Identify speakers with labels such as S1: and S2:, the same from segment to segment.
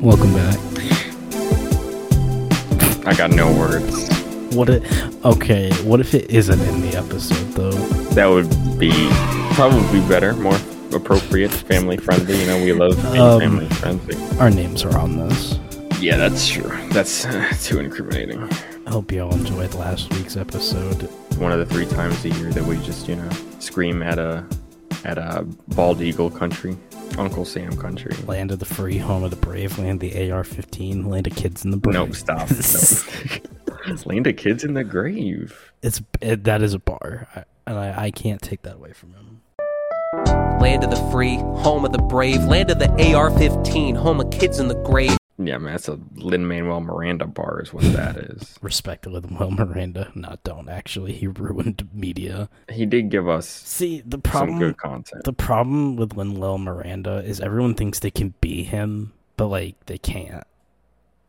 S1: Welcome back.
S2: I got no words.
S1: What it? Okay. What if it isn't in the episode though?
S2: That would be probably better, more appropriate, family friendly. You know, we love being
S1: Um,
S2: family friendly.
S1: Our names are on this.
S2: Yeah, that's true. That's uh, too incriminating.
S1: I hope y'all enjoyed last week's episode.
S2: One of the three times a year that we just, you know, scream at a at a bald eagle country, Uncle Sam country.
S1: Land of the free, home of the brave, land of the AR-15, land of kids in the brave.
S2: Nope, stop. Nope. Land of kids in the grave.
S1: It's it, that is a bar, I, and I, I can't take that away from him.
S3: Land of the free, home of the brave, land of the AR 15, home of kids in the grave.
S2: Yeah, man, that's a Lin Manuel Miranda bar is what that is.
S1: Respect Lin-Manuel Miranda. No, don't actually. He ruined media.
S2: He did give us
S1: See the
S2: some
S1: problem.
S2: good content.
S1: The problem with Lin-Manuel Miranda is everyone thinks they can be him, but like they can't.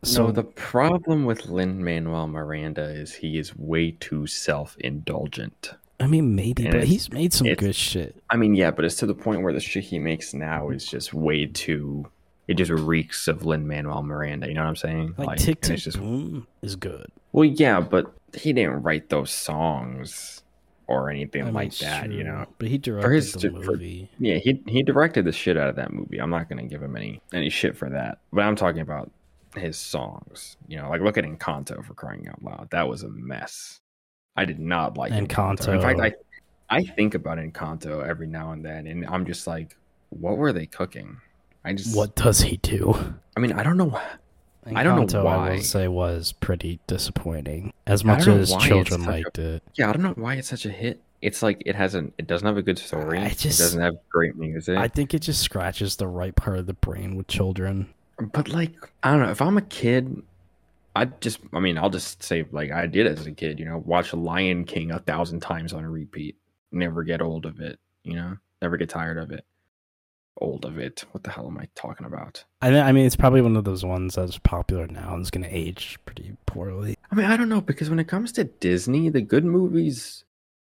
S1: So
S2: no, the problem with Lin Manuel Miranda is he is way too self indulgent.
S1: I mean, maybe,
S2: And
S1: but
S2: it's-
S1: he's made some
S2: it's-
S1: good shit.
S2: I mean, yeah, but it's to the point where the shit he makes now is just way too. It just reeks of Lin Manuel Miranda. You know what I'm saying?
S1: Like,
S2: and
S1: Tick Tick
S2: it's just-
S1: Boom is good.
S2: well, yeah, but he didn't write those songs or anything
S1: I mean,
S2: like that. You
S1: sure,
S2: know,
S1: but he directed
S2: his
S1: the
S2: di- for-
S1: movie.
S2: Yeah, he he directed the shit out of that movie. I'm not gonna give him any any shit for that. But I'm talking about his songs. You know, like look at Encanto for crying out loud. That was a mess. I did not like In fact,
S1: Encanto.
S2: I I think about Encanto every now and then, and I'm just like, what were they cooking? I just
S1: what does he do?
S2: I mean, I don't know. I don't know
S1: Encanto, I
S2: why.
S1: will say was pretty disappointing. As
S2: I
S1: much
S2: don't know
S1: as
S2: why it's
S1: children
S2: such a-
S1: liked it,
S2: Yeah, I don't know why it's such a hit. It's like it hasn't. It doesn't have a good story.
S1: I just-
S2: it doesn't have great music.
S1: I think it just scratches the right part of the brain with children.
S2: But like, I don't know. If I'm a kid, I just, I mean, I'll just say like I did as a kid. You know, watch Lion King a thousand times on repeat. Never get old of it. You know, never get tired of it. Old of it. What the hell am I talking about?
S1: I mean, I mean, it's probably one of those ones that's popular now and is going to age pretty poorly.
S2: I mean, I don't know because when it comes to Disney, the good movies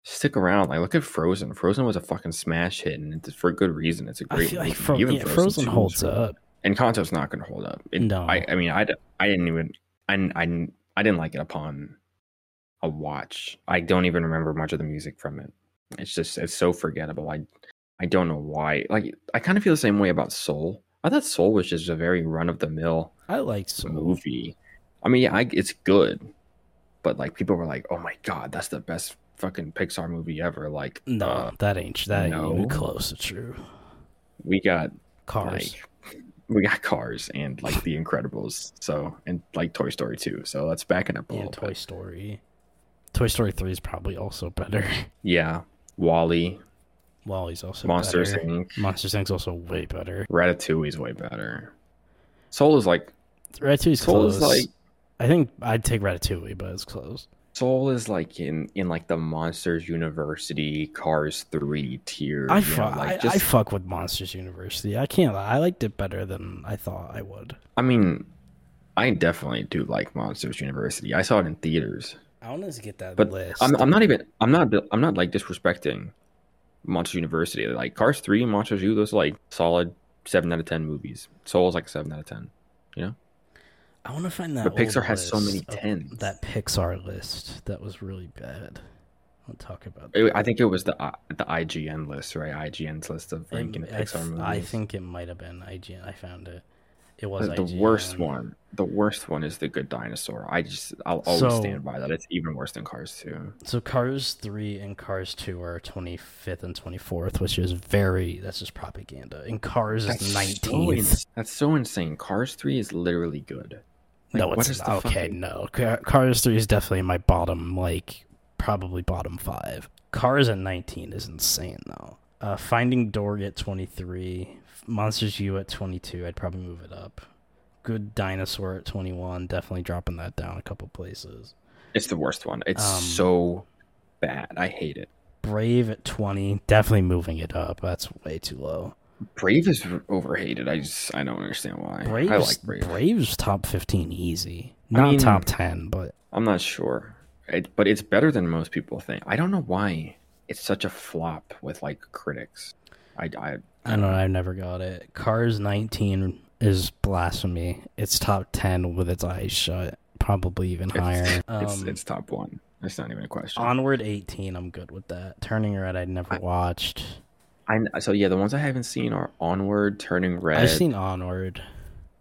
S2: stick around. Like, look at Frozen. Frozen was a fucking smash hit, and it's for good reason. It's a
S1: I
S2: great
S1: feel like
S2: movie.
S1: Fro-
S2: Even
S1: yeah, Frozen,
S2: 2 was
S1: holds
S2: really-
S1: up.
S2: and Kanto's not going to hold up. It,
S1: No.
S2: I, I mean, I, d- I didn't even, I, n- I, n- I didn't like it upon a watch. I don't even remember much of the music from it. It's just, it's so forgettable. I, I don't know why. Like, I kind of feel the same way about Soul. I thought Soul was just a very run of the mill
S1: I liked some.
S2: movie. I mean, yeah, I, it's good, but like people were like, "Oh my god, that's the best fucking Pixar movie ever!" Like,
S1: No,
S2: uh,
S1: that ain't that ain't
S2: no.
S1: even close to true.
S2: we got
S1: Cars.
S2: Like, we got Cars and like The Incredibles, so and like Toy Story 2. So that's backing up a
S1: Yeah,
S2: little
S1: Toy
S2: bit.
S1: Story. Toy Story Three is probably also better.
S2: Yeah, Wally,
S1: Wally's also
S2: Monsters
S1: better.
S2: Inc.,
S1: Monsters Inc.'s also way better.
S2: Ratatouille is way better. Soul is like
S1: Ratatouille's
S2: Soul
S1: close.
S2: is like
S1: I think I'd take Ratatouille, but it's close.
S2: Soul is like in in like the Monsters University Cars three tier.
S1: I,
S2: you
S1: fu-
S2: know, like
S1: I, I fuck with Monsters University. I can't. lie. I liked it better than I thought I would.
S2: I mean, I definitely do like Monsters University. I saw it in theaters,
S1: I want to get that
S2: but
S1: list.
S2: I'm, I'm not even I'm not I'm not like disrespecting Monsters University. Like Cars three, Monsters U, those are like solid seven out of ten movies. Soul is like a seven out of ten.
S1: I want to find that.
S2: but Pixar
S1: old
S2: has so many
S1: list of-
S2: tens.
S1: That Pixar list that was really bad. I'll talk about.
S2: It- I think it was the I- the IGN list, right? IGN's list of
S1: I,
S2: ranking the
S1: I
S2: Pixar
S1: th-
S2: movies.
S1: I think it might have been IGN. I found it. It was
S2: the, the
S1: IGN.
S2: worst one. The worst one is the Good Dinosaur. I just I'll always
S1: So-
S2: stand by that. It's even worse than Cars two.
S1: So Cars three and Cars two are twenty fifth and twenty fourth, which is very that's just propaganda. And Cars is
S2: so
S1: nineteenth.
S2: ins- that's so insane. Cars three is literally good. Like,
S1: no,
S2: what
S1: it's
S2: is
S1: not.
S2: the
S1: okay.
S2: fucking-
S1: No, Ca- Cars three is definitely my bottom, like probably bottom five. Cars at nineteen is insane though. Uh, Finding Dory at twenty three, Monsters U at twenty two. I'd probably move it up. Good Dinosaur at twenty one, definitely dropping that down a couple places.
S2: It's the worst one. It's
S1: Um,
S2: so bad. I hate it.
S1: Brave at twenty, definitely moving it up. That's way too low.
S2: Brave is r- overhated. I just I don't understand why.
S1: Braves,
S2: I like Brave.
S1: Braves top fifteen easy.
S2: I
S1: Not
S2: mean-
S1: top ten, but
S2: I'm not sure, it, but it's better than most people think. I don't know why it's such a flop with like critics. I I
S1: I don't know. I never got it. Cars nineteen is blasphemy. It's top ten with its eyes shut, probably even higher.
S2: It's, it's,
S1: Um,
S2: it's top one. That's not even a question.
S1: Onward 18, I'm good with that. Turning Red, I never
S2: I-
S1: watched.
S2: I, so yeah, the ones I haven't seen are Onward, Turning Red,
S1: I've seen Onward.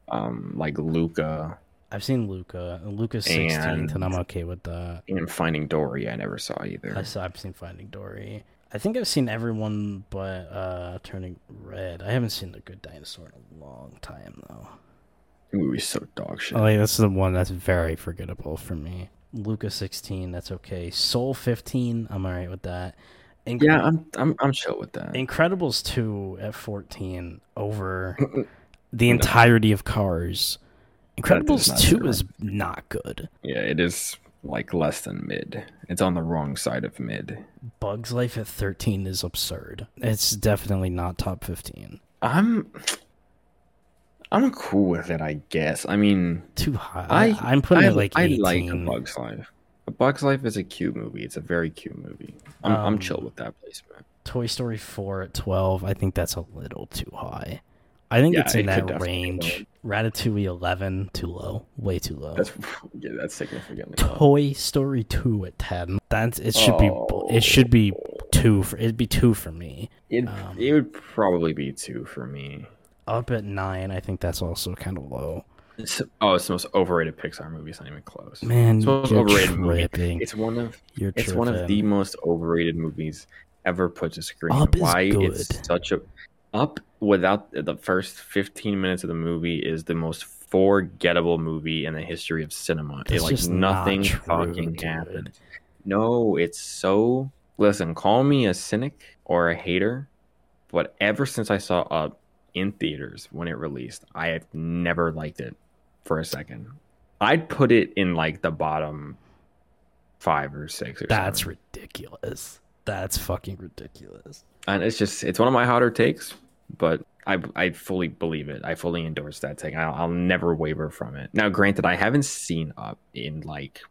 S2: um, like Luca
S1: I've seen Luca. Luca's 16th, and,
S2: And-
S1: I'm okay with that.
S2: and Finding Dory. I never saw either.
S1: I saw, I've seen Finding Dory. I think I've seen everyone but uh, Turning Red. I haven't seen The Good Dinosaur in a long time, though.
S2: The movie's so dog shit.
S1: Like, that's the one that's very forgettable for me. Luca 16, that's okay. Soul 15, I'm alright with that. Inc-
S2: yeah, I'm I'm I'm chill with that.
S1: Incredibles 2 at 14 over the entirety of Cars.
S2: That
S1: Incredibles
S2: does not
S1: 2
S2: sit
S1: is not good.
S2: Yeah, it is like less than mid. It's on the wrong side of mid.
S1: Bugs Life at 13 is absurd. It's definitely not top 15.
S2: I'm I'm cool with it, I guess. I mean,
S1: Too high.
S2: I
S1: I, am putting
S2: I,
S1: it like
S2: I
S1: 18.
S2: like A Bug's Life. A Bug's Life is a cute movie. It's a very cute movie. I'm
S1: Um, oh.
S2: I'm chill with that placement.
S1: Toy Story 4 at 12. I think that's a little too high. I think
S2: Yeah,
S1: it's in
S2: it could
S1: that
S2: definitely go
S1: range. Ratatouille 11, too low. Way too low.
S2: That's yeah, that's significantly. low.
S1: Toy Story 2 at 10. That's it should be
S2: Oh.
S1: it should be 2 for it'd be 2 for me.
S2: It
S1: um,
S2: it would probably be two for me.
S1: Up at 9, I think that's also kind of low.
S2: It's, oh, it's the most overrated Pixar movie. It's not even close.
S1: Man,
S2: It's the most
S1: you're
S2: overrated movie.
S1: tripping.
S2: It's one of
S1: You're
S2: It's one of
S1: tripping.
S2: the most overrated movies ever put to screen.
S1: Up is
S2: Why
S1: good.
S2: it's such a up without the first 15 minutes of the movie is the most forgettable movie in the history of cinema. It
S1: That's
S2: like
S1: just not
S2: nothing
S1: true,
S2: fucking
S1: dude.
S2: happened. No, it's so listen, call me a cynic or a hater, but ever since I saw Up in theaters when it released, I have never liked it for a second. I'd put it in like the bottom five or six or something.
S1: That's ridiculous. That's fucking ridiculous.
S2: and it's just it's one of my hotter takes but i i fully believe it i fully endorse that take i'll, I'll never waver from it now granted i haven't seen up in like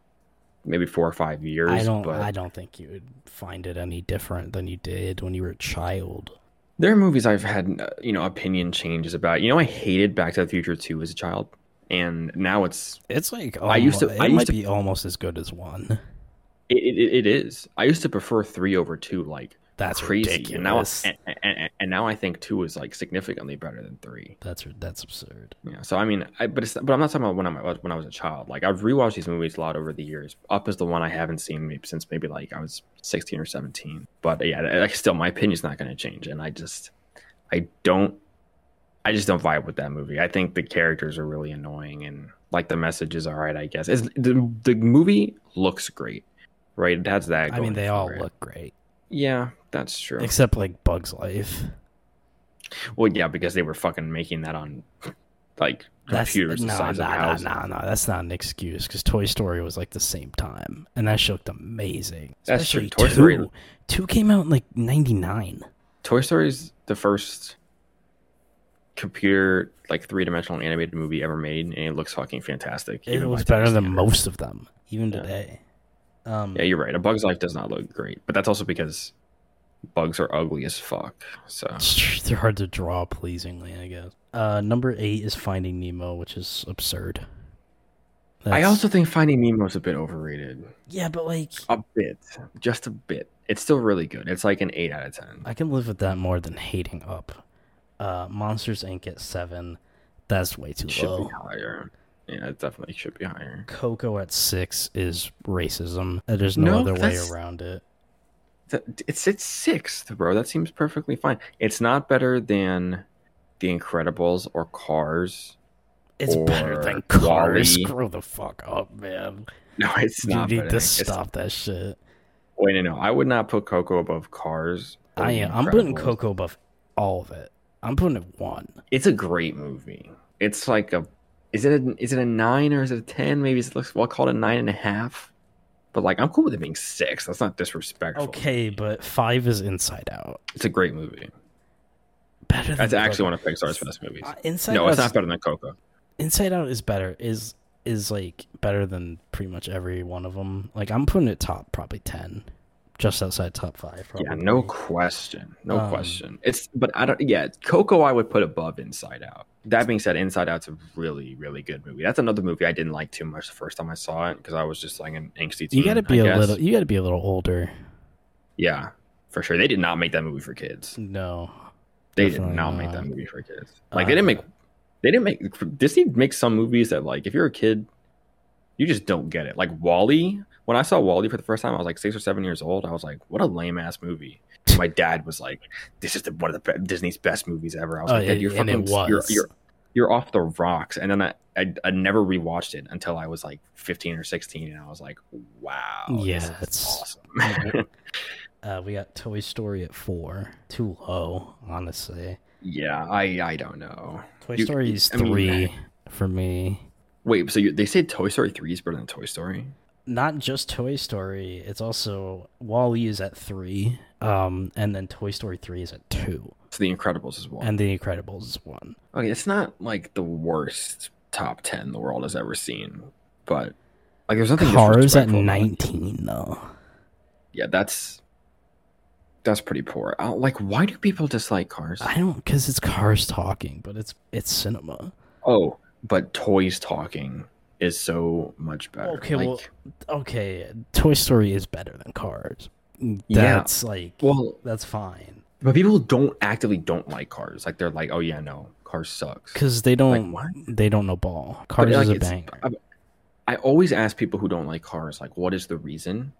S2: maybe four or five years
S1: I don't.
S2: but
S1: I don't think you would find it any different than you did when you were a child.
S2: there are movies i've had uh, you know opinion changes about you know i hated back to the future 2 as a child and now it's
S1: It's like
S2: I used to-
S1: almo- It
S2: I used
S1: might
S2: to-
S1: be almost as good as one.
S2: it, it, it is i used to prefer 3 over 2 like
S1: That's
S2: crazy and now
S1: ridiculous.
S2: and, and, and now i think 2 is like significantly better than 3
S1: That's that's absurd.
S2: Yeah. So I mean, I, but it's, but I'm not talking about when I when I was a child. Like I've rewatched these movies a lot over the years. Up is the one I haven't seen maybe since maybe like I was 16 or 17. But yeah, I, I still my opinion's not going to change, and I just I don't I just don't vibe with that movie. I think the characters are really annoying, and like the message is all right. I guess it's, the the movie looks great, right? It has that.
S1: I mean,
S2: going
S1: they
S2: for
S1: all
S2: it.
S1: look great,
S2: Yeah, that's true.
S1: except like Bug's Life.
S2: well, yeah, because they were fucking making that on like
S1: That's
S2: computers the
S1: no, no,
S2: size of
S1: no,
S2: houses.
S1: no, no. That's not an excuse because Toy Story was like the same time, and that shit looked amazing.
S2: That's true.
S1: Especially
S2: Toy
S1: two.
S2: Story-
S1: Two came out in like '99.
S2: Toy Story is the first computer like three dimensional animated movie ever made, and it looks fucking fantastic.
S1: It
S2: even
S1: was
S2: by
S1: better
S2: today's
S1: than
S2: standards.
S1: most of them, even
S2: Yeah.
S1: today. Um,
S2: Yeah, you're right. A Bug's Life does not look great, but that's also because bugs are ugly as fuck. So
S1: They're hard to draw pleasingly, I guess. Uh, number eight is Finding Nemo, which is absurd.
S2: I
S1: That's-
S2: also think Finding Nemo is a bit overrated.
S1: yeah, but like
S2: A bit, just a bit. It's still really good. It's like an eight out of ten.
S1: I can live with that more than hating up. Uh, Monsters Inc. at seven, that's way too
S2: It should
S1: low.
S2: be higher. Yeah, it definitely should be higher.
S1: Coco at six is racism. Uh, There's no,
S2: No,
S1: other way
S2: that's-
S1: around it.
S2: Th- It's it's sixth, bro. That seems perfectly fine. It's not better than The Incredibles or Cars.
S1: It's better
S2: or
S1: than cars.
S2: Wall-E.
S1: Screw the fuck up, man.
S2: No, it's
S1: You
S2: not.
S1: need
S2: better.
S1: to
S2: It's-
S1: stop that shit.
S2: Wait, no, no. I would not put Coco above Cars. or
S1: I
S2: The
S1: am. I'm putting
S2: Incredibles.
S1: Coco above all of it. I'm putting it one.
S2: It's a great movie. It's like a. Is it a, is it a nine or is it a ten? Maybe it's looks well called a nine and a half. But like, I'm cool with it being six. That's not disrespectful.
S1: Okay, but five is Inside Out.
S2: it's a great movie.
S1: Better than
S2: That's actually one
S1: Coco.
S2: of Pixar's best movies.
S1: Uh, Inside
S2: No,
S1: Out.
S2: it's not better than Coco.
S1: Inside Out is better. Is is like better than pretty much every one of them. Like I'm putting it top probably ten, just outside top five. Probably.
S2: Yeah, no question, no
S1: Um,
S2: question. It's but I don't. Yeah, Coco, I would put above Inside Out. That being said, Inside Out's a really, really good movie. That's another movie I didn't like too much the first time I saw it because I was just like an angsty teen.
S1: You got to be
S2: I
S1: a
S2: guess.
S1: little. You got to be a little older.
S2: Yeah, for sure. They did not make that movie for kids.
S1: No,
S2: They did
S1: Definitely
S2: not make
S1: not.
S2: that movie for kids. Like they
S1: Uh,
S2: didn't make. They didn't make Disney makes some movies that like if you're a kid, you just don't get it. Like Wally. When I saw Wally for the first time, I was like six or seven years old. I was like, "What a lame ass movie." My dad was like, "This is the, one of the be- Disney's best movies ever." I was
S1: Oh,
S2: like, "Dad,
S1: it-
S2: "You're
S1: and it
S2: fucking, You're,
S1: was.
S2: you're, you're off the rocks." And then I, I, I never rewatched it until I was like 15 or 16, and I was like, "Wow, this
S1: Yeah,
S2: is
S1: it's-
S2: awesome."
S1: uh, we got Toy Story at four. Too low, honestly.
S2: yeah, I, I don't know.
S1: Toy
S2: You-
S1: Story is
S2: I mean-
S1: three for me.
S2: Wait, so you, they say Toy Story 3 is better than Toy Story?
S1: Not just Toy Story. It's also Wall-E is at three, um, and then Toy Story three is at two,
S2: So The Incredibles is one.
S1: and The Incredibles is one.
S2: okay, it's not like the worst top 10 the world has ever seen, but like there's nothing
S1: Cars at
S2: disrespectful about it.
S1: nineteen though.
S2: Yeah, that's that's pretty poor. I, like why do people dislike Cars?
S1: I don't because it's Cars talking, but it's it's cinema.
S2: Oh, but Toys talking is so much better.
S1: Okay,
S2: like,
S1: well, okay. Toy Story is better than Cars.
S2: Yeah.
S1: That's like
S2: well,
S1: that's fine
S2: but people don't actively don't like Cars. Like they're like, "Oh yeah, no, Cars sucks."
S1: because they don't
S2: what?
S1: they don't know ball. Cars
S2: like,
S1: is a
S2: it's- uh,
S1: banger.
S2: I always ask people who don't like cars, like, what is the reason?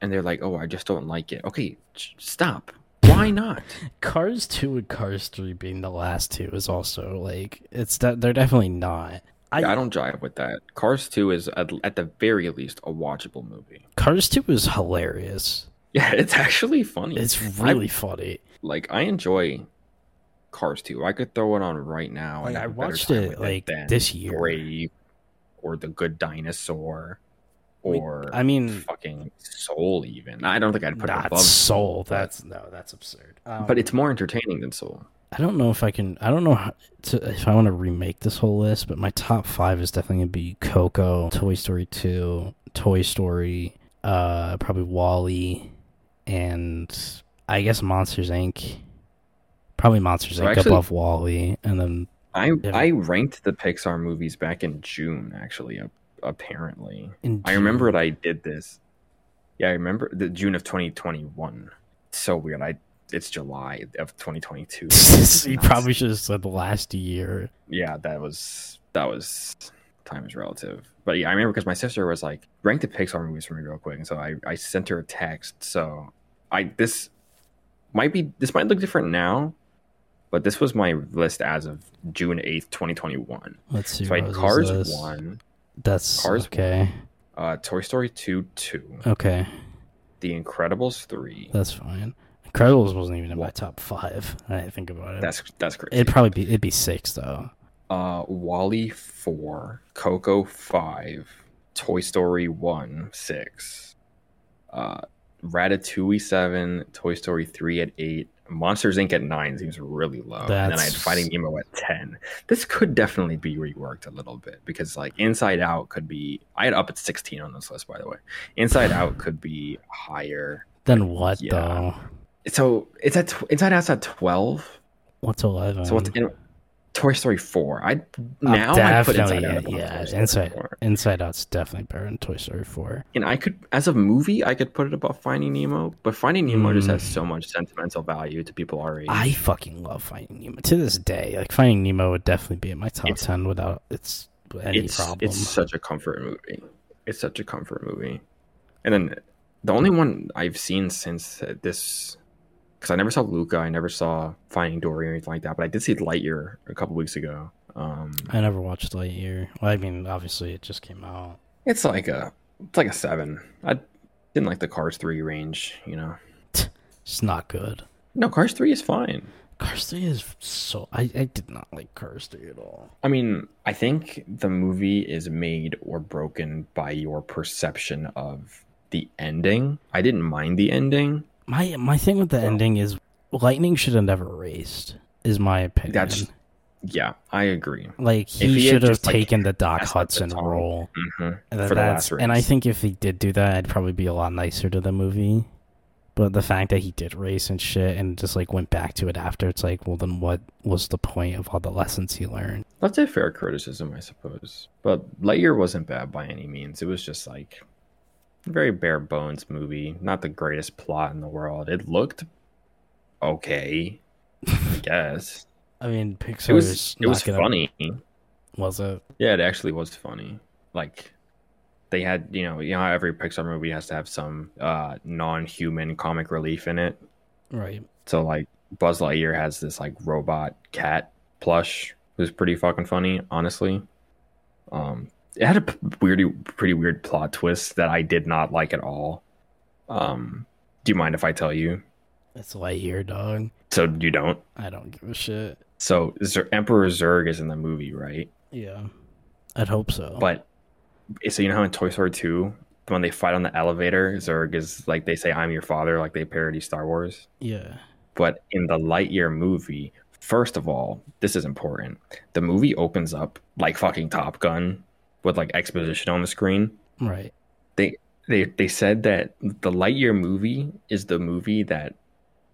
S2: And they're like, oh, I just don't like it. Okay, sh- stop. Why not?
S1: Cars two and Cars three being the last two is also like it's that they're definitely not. I-
S2: I, I don't jive with that. Cars 2 is, at, at the very least, a watchable movie.
S1: Cars two is hilarious.
S2: Yeah, it's actually funny.
S1: It's
S2: I-
S1: really funny.
S2: like, I enjoy Cars 2. I could throw it on right now.
S1: Like,
S2: and
S1: I
S2: have a better
S1: watched
S2: time
S1: it
S2: with
S1: like
S2: than
S1: this year.
S2: Brave or The Good Dinosaur
S1: We-
S2: or
S1: I mean,
S2: fucking Soul, even. I don't think I'd put it
S1: not
S2: above
S1: Soul.
S2: but-
S1: That's no, that's absurd. Um,
S2: But it's more entertaining than Soul.
S1: I don't know if I can. I don't know how to, if I want to remake this whole list, but my top five is definitely gonna be Coco, Toy Story Two, Toy Story, uh, probably Wally, and I guess Monsters Inc. Probably Monsters
S2: So
S1: Inc.
S2: actually-
S1: above Wally, and then
S2: I
S1: Yeah.
S2: I ranked the Pixar movies back in June. Actually, ap- apparently,
S1: in
S2: I remember it. I did this. Yeah, I remember the June of 2021. It's so weird. I it's July of 2022.
S1: June. you probably should have said last year.
S2: yeah, that was that was time is relative. But yeah, I remember because my sister was like, rank the Pixar movies for me real quick, and so I I sent her a text. So I this might be this might look different now, but this was my list as of June 8th, 2021.
S1: Let's see.
S2: So
S1: what
S2: I had
S1: was
S2: Cars
S1: this.
S2: one,
S1: That's
S2: Cars
S1: okay.
S2: uh, Toy Story two, two,
S1: Okay,
S2: The Incredibles three.
S1: that's fine. Incredibles wasn't even in my top five. I think about it.
S2: That's that's crazy.
S1: It'd probably be it'd be six though.
S2: uh, Wally four, Coco five, Toy Story one six, uh, Ratatouille seven, Toy Story three at eight. Monsters Inc. at nine seems really low, and then I had
S1: That's-
S2: Finding Nemo at ten. This could definitely be reworked a little bit because, like, Inside Out could be. I had up at sixteen on this list, by the way. Inside Out could be higher.
S1: Then what
S2: Yeah.
S1: though?
S2: so it's at tw- Inside Out's at twelve.
S1: What's eleven?
S2: so what's in Toy Story four? I
S1: I'm
S2: now I put
S1: Oh, definitely-
S2: Inside Out. above
S1: yeah,
S2: Toy Story
S1: Inside
S2: 4.
S1: Inside Out's definitely better than Toy Story Four.
S2: And I could, as a movie, I could put it above Finding Nemo, but Finding Nemo just
S1: Mm.
S2: has so much sentimental value to people our age.
S1: I fucking love Finding Nemo to this day. Like Finding Nemo would definitely be in my top
S2: It's-
S1: ten without it's any
S2: it's
S1: problem.
S2: it's such a comfort movie. It's such a comfort movie. And then the only one I've seen since this, because I never saw Luca, I never saw Finding Dory or anything like that, but I did see Lightyear a couple weeks ago. Um,
S1: I never watched Lightyear. Well, I mean, obviously it just came out.
S2: It's like a it's like a seven. I didn't like the Cars three range, you know.
S1: It's not good.
S2: No, Cars three is fine.
S1: Cars Three is so. I, I did not like Cars Three at all.
S2: I mean, I think the movie is made or broken by your perception of the ending. I didn't mind the ending.
S1: My my thing with the
S2: Well-
S1: ending is lightning should have never raced. Is my opinion.
S2: That's- Yeah, I agree.
S1: Like he,
S2: he had
S1: should have
S2: just, like,
S1: taken the Doc
S2: messed up the
S1: Hudson
S2: time.
S1: role.
S2: hmm
S1: And
S2: For the
S1: that's-
S2: last
S1: and I
S2: race.
S1: think if he did do that, I'd probably be a lot nicer to the movie. But the fact that he did race and shit and just like went back to it after, it's like, well, then what was the point of all the lessons he learned?
S2: That's a fair criticism, I suppose. But Lightyear wasn't bad by any means. It was just like a very bare bones movie. Not the greatest plot in the world. It looked okay, I guess.
S1: I mean, Pixar
S2: it was it
S1: not
S2: was
S1: gonna-
S2: funny.
S1: Was it?
S2: Yeah, it actually was funny. Like they had, you know, you know, how every Pixar movie has to have some uh, non-human comic relief in it.
S1: Right.
S2: So like Buzz Lightyear has this like robot cat plush who's pretty fucking funny, honestly. Um, it had a p- weird, pretty weird plot twist that I did not like at all. Um, do you mind if I tell you?
S1: It's Lightyear, dog.
S2: So you don't.
S1: I don't give a shit.
S2: So Zer- Emperor Zurg is in the movie, right?
S1: Yeah. I'd hope so.
S2: But so you know how in Toy Story 2, when they fight on the elevator, Zurg is like they say, "I'm your father," like they parody Star Wars.
S1: yeah.
S2: But in the Lightyear movie, first of all, this is important. The movie opens up like fucking Top Gun with like exposition on the screen.
S1: Right.
S2: They they said that the Lightyear movie is the movie that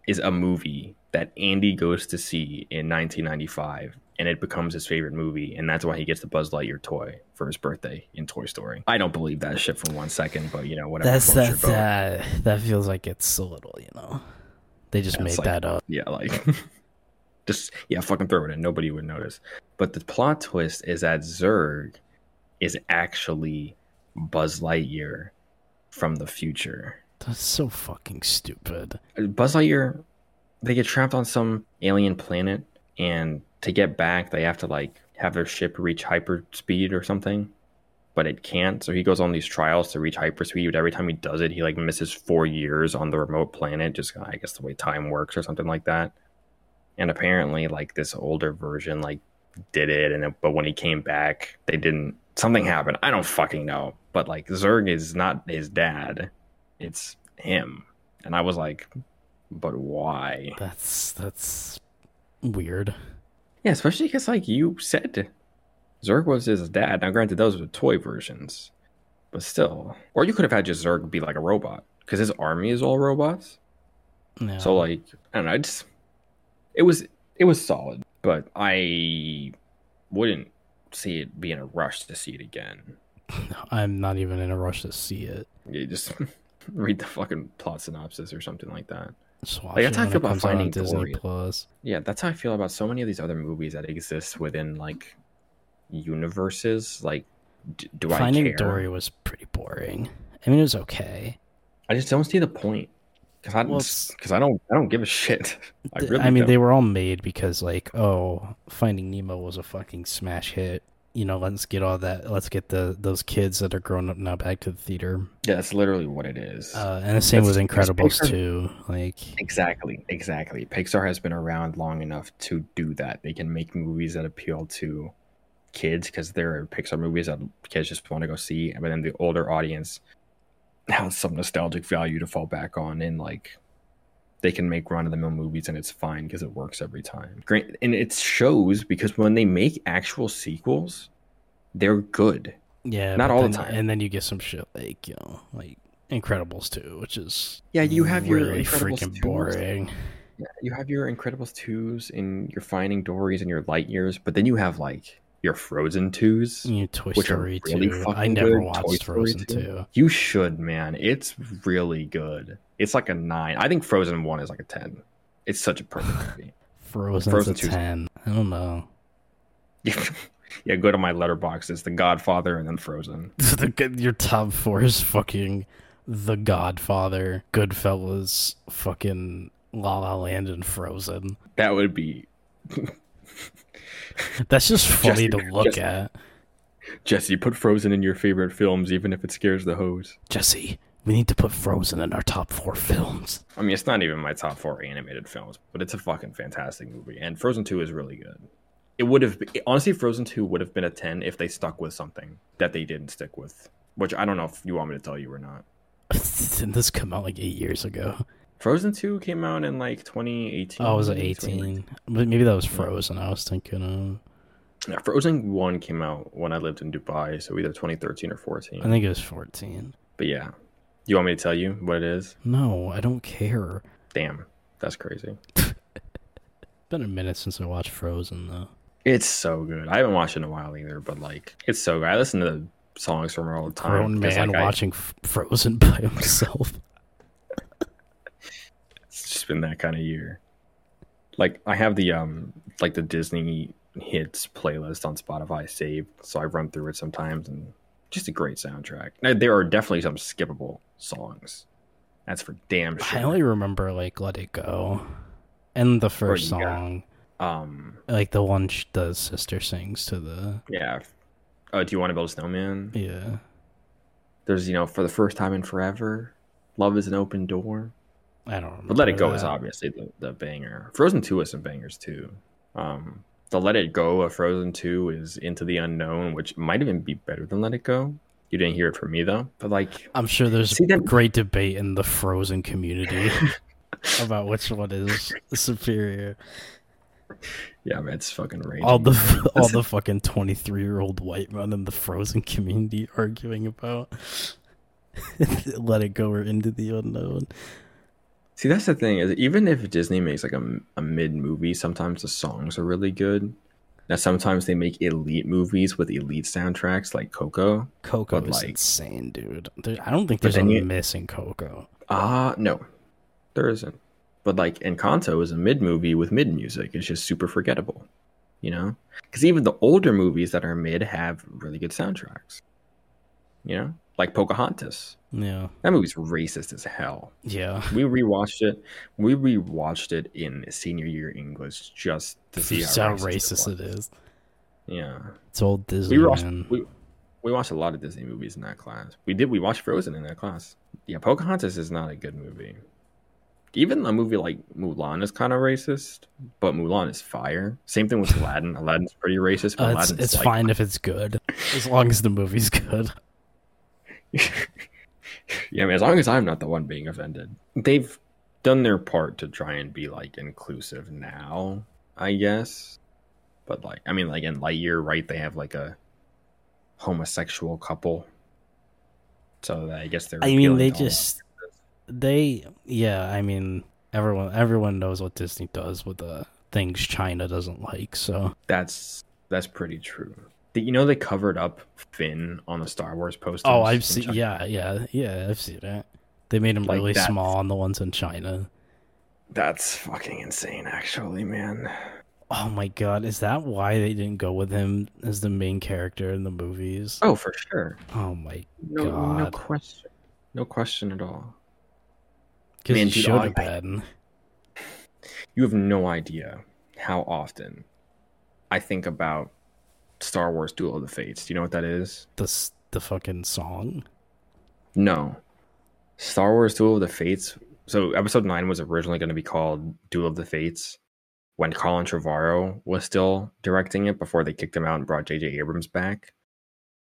S2: is a movie that Andy goes to see in 1995 and it becomes his favorite movie and that's why he gets the Buzz Lightyear toy for his birthday in Toy Story. I don't believe that shit for one second, but you know whatever.
S1: That's
S2: floats your
S1: that's
S2: boat.
S1: uh, that feels like it's a little, you know. They just
S2: Yeah,
S1: made
S2: it's like-
S1: that up.
S2: Yeah, like just yeah, fucking throw it in. Nobody would notice. But the plot twist is that Zurg is actually Buzz Lightyear from the future.
S1: That's so fucking stupid.
S2: Buzz Lightyear, they get trapped on some alien planet, and to get back, they have to like have their ship reach hyperspeed or something, but it can't. So he goes on these trials to reach hyperspeed, but every time he does it, he like misses four years on the remote planet, just I guess the way time works or something like that. And apparently, like this older version, like did it, and but when he came back, they didn't. Something happened. I don't fucking know. But like Zurg is not his dad; it's him. And I was like, but why?
S1: That's that's weird.
S2: Yeah, especially because, like you said, Zerg was his dad. Now, granted, those were toy versions, but still. Or you could have had just Zerg be like a robot because his army is all robots.
S1: Yeah.
S2: So, like, I don't know. I just it was it was solid, but I wouldn't see it being a rush to see it again.
S1: I'm not even in a rush to see it.
S2: You just read the fucking plot synopsis or something like that.
S1: Just watch
S2: Like, I
S1: it
S2: talk
S1: when it
S2: about
S1: comes out on
S2: Finding
S1: Disney
S2: Dory.
S1: Plus.
S2: Yeah, that's how I feel about so many of these other movies that exist within like universes. Like, d- do
S1: Finding
S2: I care?
S1: Dory was pretty boring. I mean, it was okay.
S2: I just don't see the point because I
S1: Well,
S2: because
S1: it's-
S2: I don't I don't give a shit. I
S1: Th-
S2: really.
S1: mean,
S2: don't.
S1: they were all made because, like, oh, Finding Nemo was a fucking smash hit. You know, let's get all that. Let's get the those kids that are grown up now back to the theater.
S2: Yeah, that's literally what it is.
S1: Uh, and the same with
S2: That's- that's
S1: Incredibles
S2: Pixar.
S1: too. Like,
S2: exactly, exactly. Pixar has been around long enough to do that. They can make movies that appeal to kids because there are Pixar movies that kids just want to go see, but then the older audience has some nostalgic value to fall back on and like they can make run-of-the-mill movies and it's fine because it works every time Great, and it shows because when they make actual sequels they're good
S1: yeah,
S2: Not
S1: but
S2: all the
S1: then-
S2: time.
S1: And then you get some shit like you know, like Incredibles too, which is
S2: Yeah, you have your
S1: really
S2: Incredibles
S1: freaking
S2: 2s.
S1: boring.
S2: Yeah, you have your Incredibles twos and your Finding Dories and your Light Years, but then you have like your Frozen twos.
S1: You know, Toy
S2: Which are
S1: Story
S2: really
S1: too. I
S2: fucking
S1: never
S2: good. Toy
S1: watched
S2: Story
S1: Frozen
S2: 2.
S1: two.
S2: You should, man. It's really good. It's like a nine. I think Frozen one is like a ten. It's such a perfect movie.
S1: Frozen's
S2: Frozen
S1: a
S2: 2's
S1: ten. I don't know.
S2: yeah, go to my letterbox. It's The Godfather and then Frozen.
S1: The good- Your top four is fucking The Godfather, Goodfellas, fucking La La Land, and Frozen.
S2: That would be
S1: That's just funny
S2: Jesse-
S1: to look
S2: Jesse-
S1: at.
S2: Jesse. Put Frozen in your favorite films, even if it scares the hose.
S1: Jesse, we need to put Frozen in our top four films.
S2: I mean, it's not even my top four animated films, but it's a fucking fantastic movie. And Frozen 2 is really good. It would have, honestly, Frozen 2 would have been a 10 if they stuck with something that they didn't stick with, which I don't know if you want me to tell you or not.
S1: Didn't this come out like eight years ago?
S2: Frozen 2 came out in like 2018.
S1: Oh, it was
S2: 2019.
S1: eighteen. But maybe that was Frozen. I was thinking of.
S2: No, Frozen 1 came out when I lived in Dubai, so either 2013 or 14.
S1: I think it was fourteen.
S2: But yeah, You want me to tell you what it is?
S1: No, I don't care.
S2: Damn, that's crazy.
S1: Been a minute since I watched Frozen though.
S2: It's so good. I haven't watched it in a while either, but like, it's so good. I listen to the songs from her all the time.
S1: Grown
S2: 'cause,
S1: man
S2: like, I-
S1: watching F- Frozen by himself.
S2: it's just been that kind of year. Like, I have the um, like the Disney hits playlist on Spotify saved, so I run through it sometimes, and just a great soundtrack. Now, there are definitely some skippable songs. That's for damn sure.
S1: I only remember like "Let It Go" and the first
S2: Right, yeah.
S1: song,
S2: um,
S1: like the one sh- the sister sings to the
S2: yeah. Uh, do you want to build a snowman?
S1: yeah.
S2: There's, you know, for the first time in forever, love is an open door.
S1: I don't. remember
S2: But Let It Go is
S1: that.
S2: obviously the, the banger. Frozen 2 has some bangers too. Um, the Let It Go of Frozen 2 is Into the Unknown, which might even be better than Let It Go. You didn't hear it from me though, but like,
S1: I'm sure there's
S2: See, that-
S1: great debate in the Frozen community about which one is superior.
S2: yeah, man, it's fucking raging.
S1: All the all the fucking 23 year old white men in the Frozen community arguing about "Let It Go" or "Into the Unknown."
S2: See, that's the thing is even if Disney makes like a, a mid movie, sometimes the songs are really good. Now, sometimes they make elite movies with elite soundtracks like Coco.
S1: Coco
S2: But,
S1: is
S2: like-
S1: insane, dude. There, I don't think there's a
S2: then you-
S1: missing Coco.
S2: Ah, no, there isn't. But like Encanto is a mid movie with mid music. It's just super forgettable, you know. Because even the older movies that are mid have really good soundtracks. You know, like Pocahontas.
S1: Yeah,
S2: That movie's racist as hell.
S1: yeah.
S2: We rewatched it. We rewatched it in senior year English just to see how,
S1: how
S2: racist,
S1: racist
S2: it
S1: it
S2: was.
S1: is.
S2: Yeah,
S1: It's old Disney.
S2: we watched
S1: man.
S2: we, we watched a lot of Disney movies in that class. We did. We watched Frozen in that class. Yeah, Pocahontas is not a good movie. Even a movie like Mulan is kind of racist, but Mulan is fire. Same thing with Aladdin. Aladdin's pretty racist. But
S1: Uh, it's
S2: Aladdin's
S1: it's
S2: like,
S1: fine if it's good, as long as the movie's good.
S2: Yeah, I mean, as long as I'm not the one being offended, they've done their part to try and be like inclusive now, I guess. But like, I mean, like in Lightyear, right? They have like a homosexual couple, so I guess they're.
S1: I mean,
S2: appealing
S1: they
S2: to all-
S1: just they yeah. I mean, everyone everyone knows what Disney does with the things China doesn't like. So
S2: that's that's pretty true. The- You know, they covered up Finn on the Star Wars poster.
S1: oh, I've seen yeah, yeah, yeah. I've seen it. They made them
S2: Like
S1: really
S2: that.
S1: small on the ones in China.
S2: That's fucking insane, actually, man.
S1: Oh my god, is that why they didn't go with him as the main character in the movies?
S2: Oh, for sure.
S1: Oh my,
S2: No, no
S1: God.
S2: question. No question at all.
S1: because
S2: Man,
S1: he
S2: dude,
S1: should
S2: I-
S1: have been.
S2: You have no idea how often I think about Star Wars Duel of the Fates. Do you know what that is?
S1: the s- the fucking song.
S2: No. Star Wars Duel of the Fates. So episode 9 was originally going to be called Duel of the Fates when Colin Trevorrow was still directing it before they kicked him out and brought JJ Abrams back.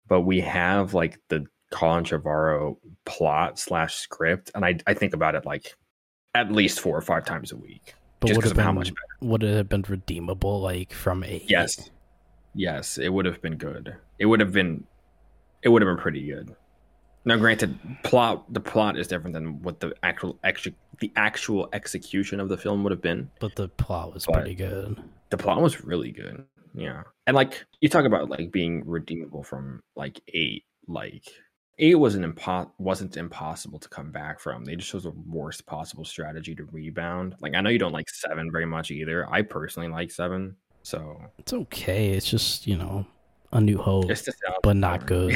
S2: But we have like the Colin Trevorrow plot slash script and I I think about it like at least 4 or 5 times a week.
S1: But
S2: Just
S1: would
S2: 'cause
S1: have
S2: of
S1: been
S2: how much
S1: would it have been redeemable like from eight?
S2: Yes. Yes, it would have been good. It would have been it would have been pretty good. Now granted, plot the plot is different than what the actual ex- the actual execution of the film would have been.
S1: but the plot was
S2: But-
S1: pretty good.
S2: The plot was really good. Yeah. And like you talk about like being redeemable from like 8, like 8 was an impo- wasn't impossible to come back from. They just chose the worst possible strategy to rebound. Like I know you don't like 7 very much either. I personally like 7. So,
S1: It's okay. It's just you know a new hope.
S2: it's just
S1: But not good.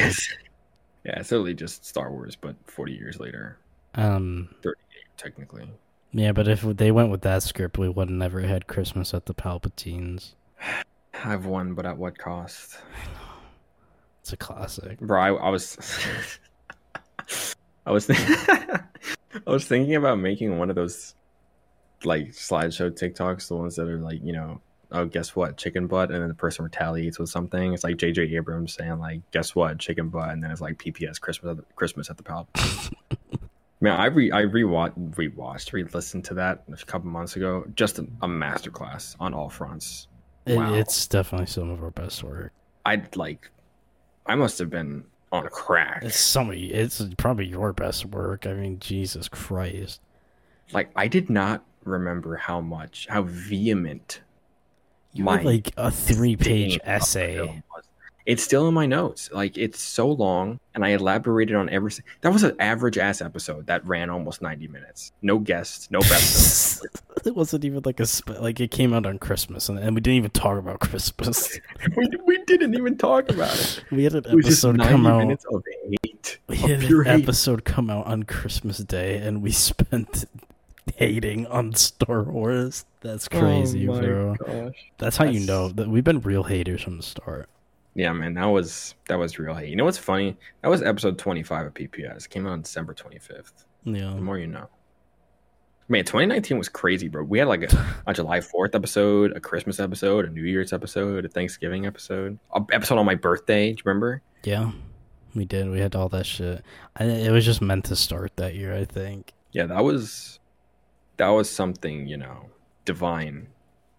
S2: Yeah, it's literally just Star Wars, but 40 years later,
S1: Um,
S2: technically.
S1: yeah, but if they went with that script, we would have never had Christmas at the Palpatines.
S2: I've won, but at what cost?
S1: It's a classic.
S2: Bro, I, I was. I was. I was thinking about making one of those, like, slideshow TikToks, the ones that are like, you know, oh, guess what? Chicken butt. And then the person retaliates with something. It's like JJ Abrams saying, like, guess what? Chicken butt. And then it's like PPS Christmas at the, Christmas at the Palpatine. Man, I re I rewatched, rewatched, re-listened to that a couple months ago. Just a, a masterclass on all fronts.
S1: It,
S2: Wow.
S1: It's definitely some of our best work.
S2: I'd like I must have been on crack.
S1: It's some of y- it's probably your best work. I mean, Jesus Christ.
S2: Like I did not remember how much how vehement
S1: You had,
S2: My
S1: like a three page essay.
S2: film was. It's still in my notes. Like it's so long, and I elaborated on every. si- That was an average ass episode that ran almost ninety minutes. No guests, no best.
S1: it wasn't even like a sp- like it came out on Christmas and, and we didn't even talk about Christmas.
S2: we, we didn't even talk about it.
S1: We had an
S2: It was just
S1: episode
S2: ninety
S1: come out.
S2: minutes of hate.
S1: We
S2: of
S1: had
S2: pure
S1: an
S2: hate.
S1: episode come out on Christmas Day and we spent hating on Star Wars. That's crazy,
S2: Oh my
S1: bro.
S2: gosh.
S1: That's how you
S2: That's-
S1: know that we've been real haters from the start.
S2: Yeah, man, that was that was real hate. You know what's funny? That was episode twenty five of PPS. It came out on December twenty fifth.
S1: Yeah.
S2: The more you know. Man, 2019 was crazy, bro. We had like a, a July 4th episode, a Christmas episode, a New Year's episode, a Thanksgiving episode, a episode on my birthday. Do you remember?
S1: Yeah. We did. We had all that shit. I, it was just meant to start that year, I think.
S2: Yeah, that was that was something you know divine,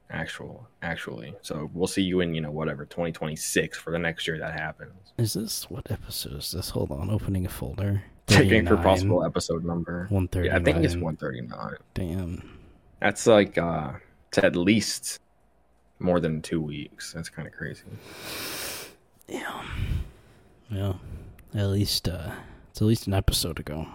S2: actual, actually. So we'll see you in you know whatever 2026 for the next year that happens.
S1: Is this what episode is this? Hold on, opening a folder.
S2: Checking for
S1: 39,
S2: possible episode number.
S1: 139.
S2: Yeah, I think it's 139.
S1: Damn.
S2: That's like uh, it's at least more than two weeks. That's kind of crazy.
S1: Yeah. Yeah. At least uh it's at least an episode ago.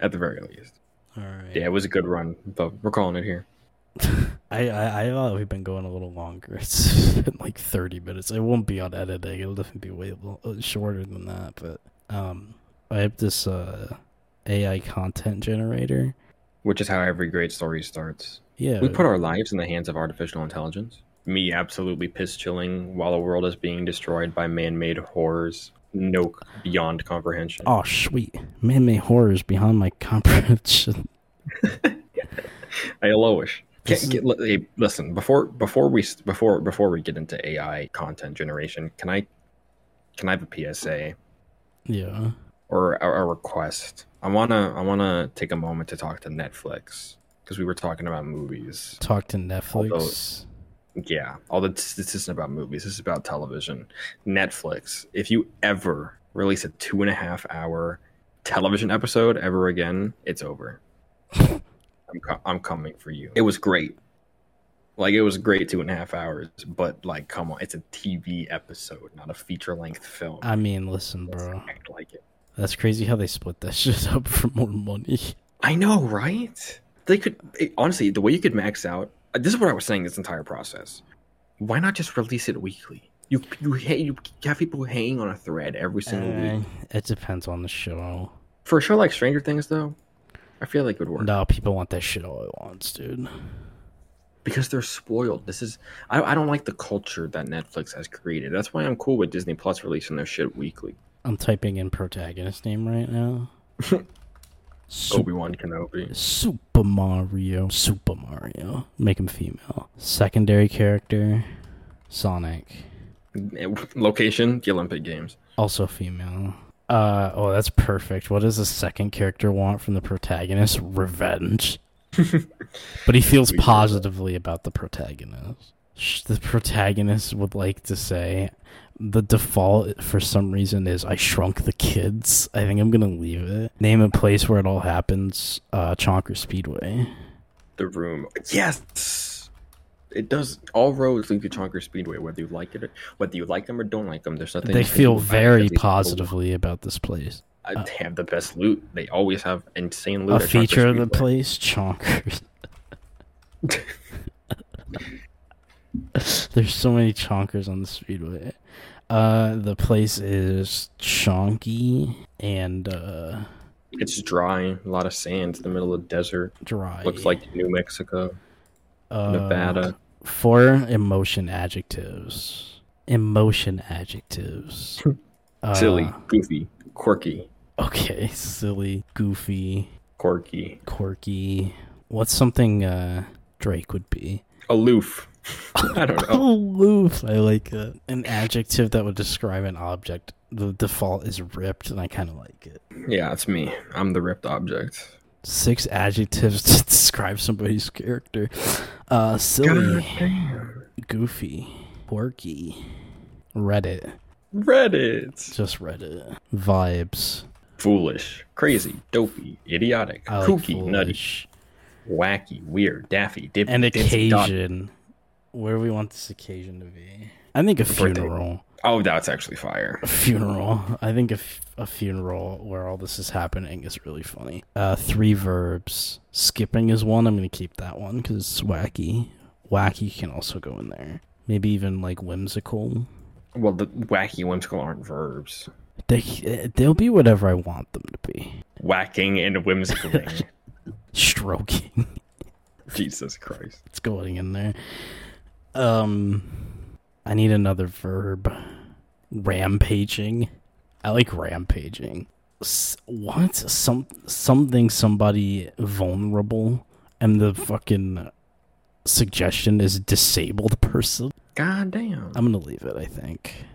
S2: At the very least.
S1: All right.
S2: Yeah, it was a good run, but we're calling it here.
S1: I, I I thought we've been going a little longer. It's been like thirty minutes. It won't be on editing. It'll definitely be way lo- uh, shorter than that. But um, I have this uh AI content generator.
S2: Which is how every great story starts.
S1: Yeah,
S2: We put our lives in the hands of artificial intelligence. Me absolutely piss chilling while the world is being destroyed by man made horrors. No beyond comprehension.
S1: oh sweet man-made horrors beyond my comprehension.
S2: Hey, Aloish. Can,
S1: This is-
S2: get, li- hey, listen before before we s- before before we get into AI content generation. Can I can I have a PSA?
S1: Yeah.
S2: or a, a request. I wanna I wanna take a moment to talk to Netflix because we were talking about movies.
S1: Talk to Netflix.
S2: Yeah, all the this this isn't about movies. This is about television. Netflix. If you ever release a two and a half hour television episode ever again, it's over. I'm co- I'm coming for you. It was great. Like it was great two and a half hours, but like come on, it's a TV episode, not a feature length film.
S1: I mean, listen,
S2: Let's
S1: bro.
S2: act like it.
S1: That's crazy how they split that shit up for more money.
S2: I know, right? They could it- honestly, the way you could max out. uh, This is what I was saying this entire process. Why not just release it weekly? You you ha- you have people hanging on a thread every single
S1: Eh,
S2: week
S1: it depends on the show.
S2: for a show like Stranger Things, though. I feel like it would work
S1: No, people want that shit all at once, dude.
S2: because they're spoiled. This is I, I don't like the culture that Netflix has created. That's why I'm cool with Disney Plus releasing their shit weekly.
S1: I'm typing in protagonist name right now. Su-
S2: Obi Wan Kenobi.
S1: Super Mario. Super Mario. Make him female. Secondary character. Sonic.
S2: Eh, Location: the Olympic Games.
S1: Also female. Uh oh, that's perfect. What does the second character want from the protagonist? Revenge. but he feels
S2: We should-
S1: positively about the protagonist. Sh- The protagonist would like to say, the default for some reason is I shrunk the kids. I think I'm gonna leave it. Name a place where it all happens. Uh, Chonker Speedway.
S2: The room. Yes. It does. All roads lead to Chonker Speedway, whether you like it, or, whether you like them or don't like them. There's nothing.
S1: They
S2: you can
S1: feel
S2: do about it
S1: very
S2: because these people,
S1: positively about this place.
S2: uh, they have the best loot. They always have insane loot.
S1: A
S2: at Chonker
S1: feature of the
S2: Speedway.
S1: place, Chonkers. There's so many chonkers on the speedway. Uh, the place is chonky and uh,
S2: It's dry. A lot of sand. It's the middle of the desert.
S1: dry.
S2: Looks like New Mexico,
S1: Uh,
S2: Nevada.
S1: Four emotion adjectives. Emotion adjectives. Uh,
S2: Silly, goofy, quirky,
S1: Okay, silly, goofy,
S2: quirky,
S1: quirky. What's something uh, Drake would be?
S2: aloof. I don't know.
S1: Aloof. I like it. An adjective that would describe an object. The default is ripped, and I kind of like it.
S2: Yeah, it's me. I'm the ripped object.
S1: Six adjectives to describe somebody's character. Uh, silly,
S2: damn.
S1: goofy, quirky, Reddit.
S2: Reddit.
S1: Just Reddit vibes.
S2: Foolish, crazy, dopey, idiotic,
S1: I like
S2: kooky, nutty,
S1: foolish.
S2: wacky, weird, daffy, dippy,
S1: An
S2: ditzy, dot-
S1: occasion. Where do we want this occasion to be? I think a
S2: birthday.
S1: funeral.
S2: Oh, that's actually fire.
S1: A funeral. I think a, f- a funeral where all this is happening is really funny. Uh, three verbs. Skipping is one. I'm going to keep that one because it's wacky. Wacky can also go in there. Maybe even like whimsical.
S2: Well, the wacky, whimsical aren't verbs.
S1: They, eh, they'll be whatever I want them to be.
S2: Whacking and whimsicaling.
S1: Stroking.
S2: Jesus Christ.
S1: it's going in there. Um, I need another verb. Rampaging. I like rampaging. S- what? Some something somebody vulnerable, and the fucking suggestion is disabled person.
S2: God damn.
S1: I'm gonna leave it. I think.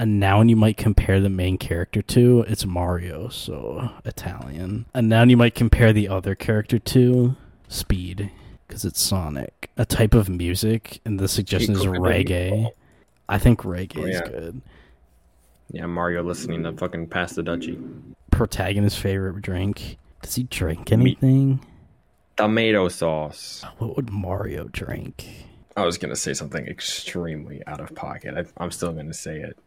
S1: A noun you might compare the main character to. It's Mario, so Italian. A noun you might compare the other character to. Speed, because it's Sonic. A type of music, and the suggestion is
S2: could be.
S1: reggae. I think reggae
S2: Oh,
S1: is
S2: yeah.
S1: good.
S2: Yeah, Mario listening to fucking Pass the Dutchie.
S1: Protagonist's favorite drink. Does he drink anything?
S2: Tomato sauce.
S1: What would Mario drink?
S2: I was gonna say something extremely out of pocket. I, I'm still gonna say it.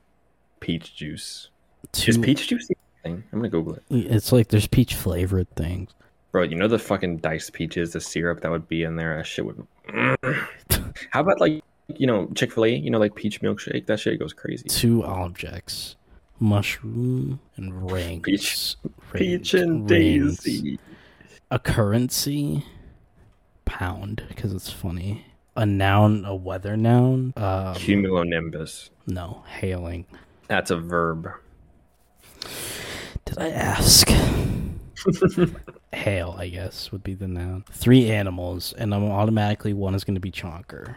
S2: Peach juice. Is
S1: Two-
S2: peach juice a thing? I'm gonna Google it,
S1: It's like there's peach flavored things.
S2: bro. You know the fucking diced peaches, the syrup that would be in there. That shit would. How about like you know Chick Fil A? You know like peach milkshake. That shit goes crazy.
S1: two objects mushroom and rings.
S2: Peach-
S1: Ring-
S2: Peach and
S1: rings.
S2: Daisy.
S1: A currency pound because it's funny. A noun, a weather noun. Uh,
S2: Cumulonimbus.
S1: no, hailing.
S2: That's a verb.
S1: Did I ask? Hail, I guess, would be the noun. Three animals, and I'm automatically one is going to be Chonker.